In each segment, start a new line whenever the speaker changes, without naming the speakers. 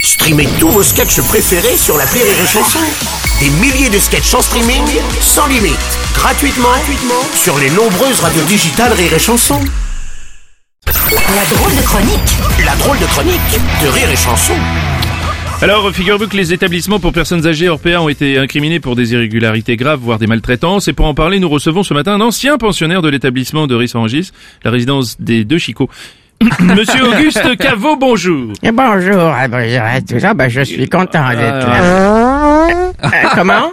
Streamez tous vos sketchs préférés sur la Rire et Chanson. Des milliers de sketchs en streaming, sans limite, gratuitement, gratuitement sur les nombreuses radios digitales Rire et Chanson.
La drôle de chronique
La drôle de chronique de Rire et Chanson.
Alors, figurez-vous que les établissements pour personnes âgées Orpea ont été incriminés pour des irrégularités graves, voire des maltraitances. Et pour en parler, nous recevons ce matin un ancien pensionnaire de l'établissement de Rissorangis, la résidence des deux Chicots. Monsieur Auguste Caveau, bonjour.
Et Bonjour, ah, bonjour à tous. Ah, bah, je suis content d'être là. Euh, comment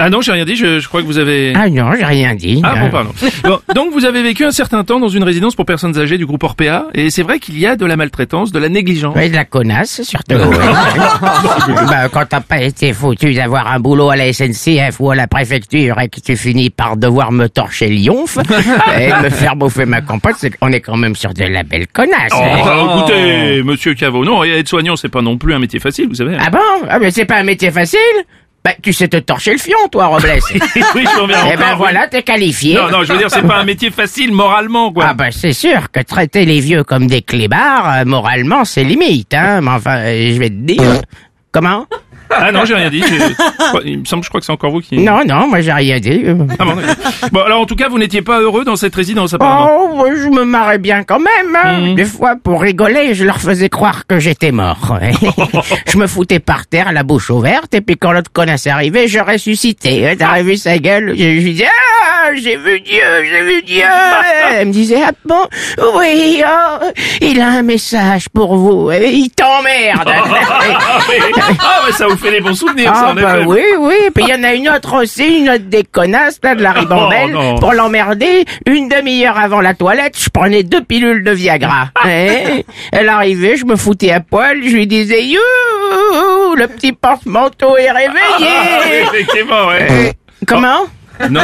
Ah non, j'ai rien dit, je, je crois que vous avez...
Ah non, j'ai rien dit.
Ah bon,
Euh,
pardon. Bon, donc vous avez vécu un certain temps dans une résidence pour personnes âgées du groupe Orpea, et c'est vrai qu'il y a de la maltraitance, de la négligence.
Ouais, de la connasse, surtout. Ouais. bah, quand t'as pas été foutu d'avoir un boulot à la SNCF ou à la préfecture et que tu finis par devoir me torcher l'ionf et me faire bouffer ma compote, c'est qu'on est quand même sur de la belle connasse.
Oh,
hein.
écoutez, monsieur Caveau, non, et être soignant, c'est pas non plus un métier facile, vous savez. hein.
Ah bon Ah, mais c'est pas un métier facile Bah, tu sais te torcher le fion, toi, Robles.
oui, je reviens
Eh
encore,
ben
Ah, oui.
voilà, t'es qualifié.
Non, non, je veux dire, c'est pas un métier facile moralement, quoi.
Ah bah c'est sûr que traiter les vieux comme des clébards, euh, moralement c'est limite, hein. Mais enfin, euh, je vais te dire. Comment
Ah non, j'ai rien dit. j'ai- je crois- Il me semble, je crois que c'est encore vous qui.
Non, non, moi j'ai rien dit.
Ah bon, d'accord. bon, alors en tout cas, vous n'étiez pas heureux dans cette résidence, apparemment.
Oh, ouais, je me marrais bien quand même. Hein. Des fois, pour rigoler, je leur faisais croire que j'étais mort. je me foutais par terre, la bouche ouverte, et puis quand l'autre connasse arrivait, je ressuscitais. T'as vu sa gueule Je lui disais, ah, j'ai vu Dieu, j'ai vu Dieu. Elle me disait, ah bon Oui, oh, il a un message pour vous. Et il t'emmerde.
Ah, oui. ah ouais, ça vous fait des bons souvenirs, ça,
Oh. Ah
en
bah
effet.
oui, oui. Puis il y en a une autre aussi, une autre déconnasse, là, de la ribambelle.
Oh, non.
pour l'emmerder, une demi-heure avant la toilette, je prenais deux pilules de Viagra. Eh, Elle arrivait, je me foutais à poil, je lui disais « You, le petit porte-manteau est
Ah, oui,
réveillé Euh,
effectivement, ouais. !»
Comment Euh,
Non,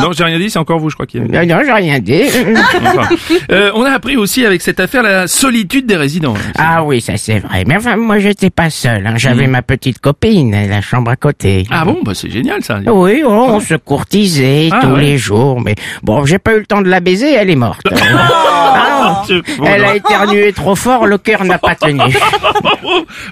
non, j'ai rien dit, c'est encore vous, je crois qu'il y a.
Non, non, j'ai rien dit.
Enfin. Euh, on a appris aussi avec cette affaire la solitude des résidents.
Ah oui, ça c'est vrai. Mais enfin, moi j'étais pas seul. hein. J'avais ma petite copine, la chambre à côté.
Hmm. Ah bon, bah c'est génial ça.
Oui, oh, on se courtisait
Ah,
tous
ouais.
les jours, mais bon, j'ai pas eu le temps de la baiser, elle est morte. Ah,
Dieu. Bon,
elle a
non.
éternué trop fort, le cœur n'a pas tenu.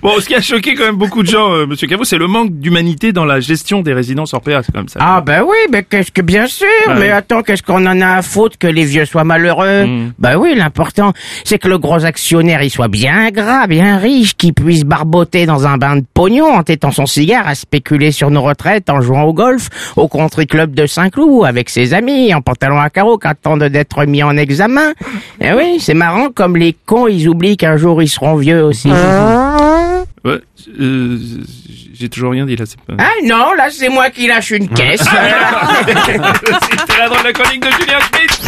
Bon, ce qui a choqué quand même beaucoup de gens, euh, Monsieur Caveau, c'est le manque d'humanité dans la gestion des résidences Orpea, c'est quand même ça.
Ah ben oui, mais qu'est-ce que bien sûr,
Ah oui.
mais attends, qu'est-ce qu'on en a à faute que les vieux soient malheureux Ben oui, l'important, c'est que le gros actionnaire, il soit bien gras, bien riche, qu'il puisse barboter dans un bain de pognon en tétant son cigare, à spéculer sur nos retraites, en jouant au golf, au country club de Saint-Cloud, avec ses amis, en pantalon à carreaux, qu'attendent d'être mis en examen. Eh oui, c'est marrant, comme les cons, ils oublient qu'un jour, ils seront vieux aussi.
Ouais, euh, j'ai toujours rien dit là, c'est pas.
Ah non, là, c'est moi qui lâche une caisse.
C'était la drôle de chronique de Julien Schmitt